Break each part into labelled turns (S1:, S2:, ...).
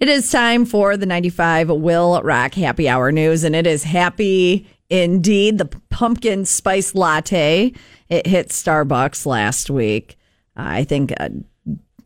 S1: It is time for the 95 Will Rock Happy Hour News, and it is happy indeed. The pumpkin spice latte, it hit Starbucks last week. I think uh,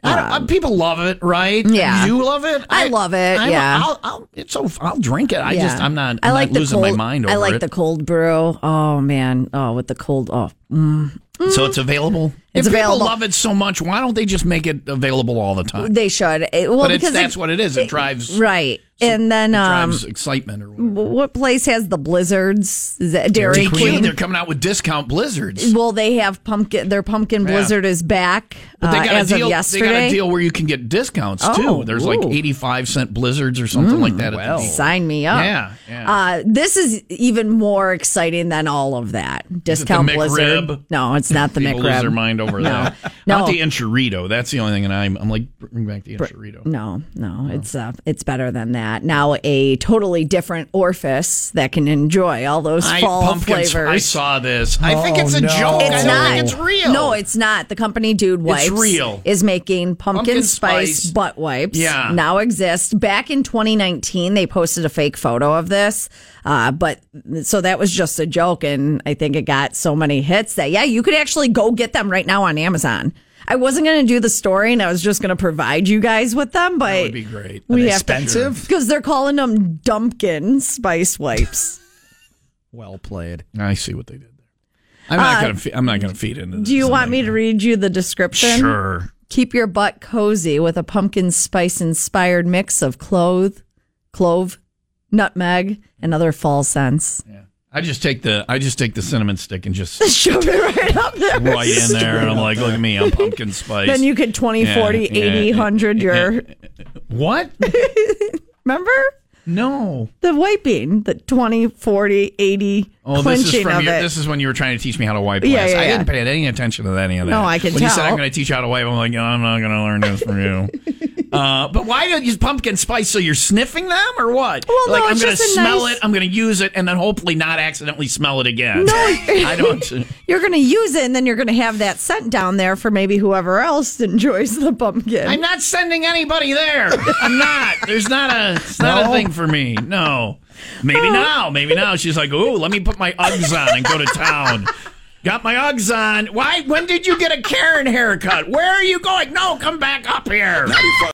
S2: I don't, uh, people love it, right?
S1: Yeah.
S2: you love it.
S1: I love it,
S2: I'm-
S1: yeah.
S2: I'll, I'll, it's so I'll drink it. I just I'm not. I'm
S1: I like
S2: not
S1: the
S2: losing
S1: cold,
S2: my mind over
S1: I like
S2: it.
S1: the cold brew. Oh man. Oh, with the cold. Oh,
S2: so it's available.
S1: Mm. It's
S2: if
S1: available.
S2: People love it so much. Why don't they just make it available all the time?
S1: they should. It- well,
S2: but it's,
S1: because
S2: that's
S1: it,
S2: what it is. It drives
S1: right. And then um,
S2: drives excitement or whatever.
S1: what place has the blizzards? Is that Dairy,
S2: Dairy
S1: Queen.
S2: Queen. They're coming out with discount blizzards.
S1: Well, they have pumpkin. Their pumpkin
S2: Yeah.
S1: blizzard is back
S2: But they
S1: uh,
S2: got
S1: as
S2: a deal.
S1: of
S2: They got
S1: yesterday.
S2: a deal where you can get discounts
S1: Oh,
S2: too. There's like
S1: ooh. Mm,
S2: 85 cent blizzards or something like that. At the deal.
S1: Sign me up.
S2: Oh. Yeah, yeah.
S1: Uh, this is even more exciting than all of that. Discount
S2: the
S1: blizzard.
S2: McRib?
S1: No, it's not the
S2: People lose their
S1: McRib.
S2: mind over that.
S1: No.
S2: Not the enchilito. That's the only thing. And I'm I'm like bring back the enchilito.
S1: No,
S2: Oh.
S1: no, it's uh, it's better than that. Now a totally different orifice that can enjoy all those
S2: I,
S1: fall
S2: pumpkin spice-
S1: flavors.
S2: I saw this. I think it's a
S3: Oh, no.
S2: joke. I
S1: It's
S2: don't
S1: not.
S2: think it's real.
S1: No, it's not. The company Dude Wipes
S2: real.
S1: is making pumpkin,
S2: Pumpkin
S1: spice,
S2: spice.
S1: butt wipes.
S2: Yeah.
S1: Now exist. Back in 2019, they posted a fake photo of this. Uh, but so that was just a joke. And I think it got so many hits that, yeah, you could actually go get them right now on Amazon. I wasn't going to do the story and I was just going to provide you guys with them, but
S2: would be great.
S1: we
S2: Are they
S1: have to-
S3: expensive?
S1: because they're calling them Dumpkin spice wipes.
S3: Well played.
S2: I see what they did there. I'm not gonna. Fe- I'm not gonna feed into.
S1: Uh, Do you want me to read you the description?
S2: Sure.
S1: Keep your butt cozy with a pumpkin spice inspired mix of clove, clove, nutmeg, and other fall scents.
S2: I just take the. I just take the cinnamon stick and just
S1: Shove it right up there.
S2: right in there, and I'm like, look at me, I'm pumpkin spice.
S1: Then you could 20,
S2: Yeah,
S1: 40,
S2: yeah,
S1: 80,
S2: yeah,
S1: 100 your.
S2: what?
S1: Remember?
S2: No.
S1: The wiping, the 20, 40, 80
S2: Oh,
S1: clinching
S2: this is
S1: of
S2: from your,
S1: it.
S2: this is when you were trying to teach me how to wipe.
S1: Yeah,
S2: last.
S1: yeah,
S2: I
S1: yeah.
S2: didn't pay any attention to any of that.
S1: No, I can
S2: When you said
S1: tell.
S2: I'm going to teach you how to wipe, I'm like, "No, I'm not going to learn this from you. uh, but why don't you use pumpkin spice? So you're sniffing them or what?
S1: Well, no,
S2: like I'm
S1: it's
S2: gonna
S1: just a
S2: smell
S1: nice-
S2: it. I'm going to use it, and then hopefully not accidentally smell it again.
S1: No.
S2: I don't.
S1: you're going to use it, and then you're going to have that scent down there for maybe whoever else enjoys the pumpkin.
S2: I'm not sending anybody there. I'm not. There's not a. It's not a thing for me. No. Maybe now. Maybe now. She's like, ooh, let me put my Uggs on and go to town. Got my Uggs on. Why? When did you get a Karen haircut? Where are you going? No, come back up here.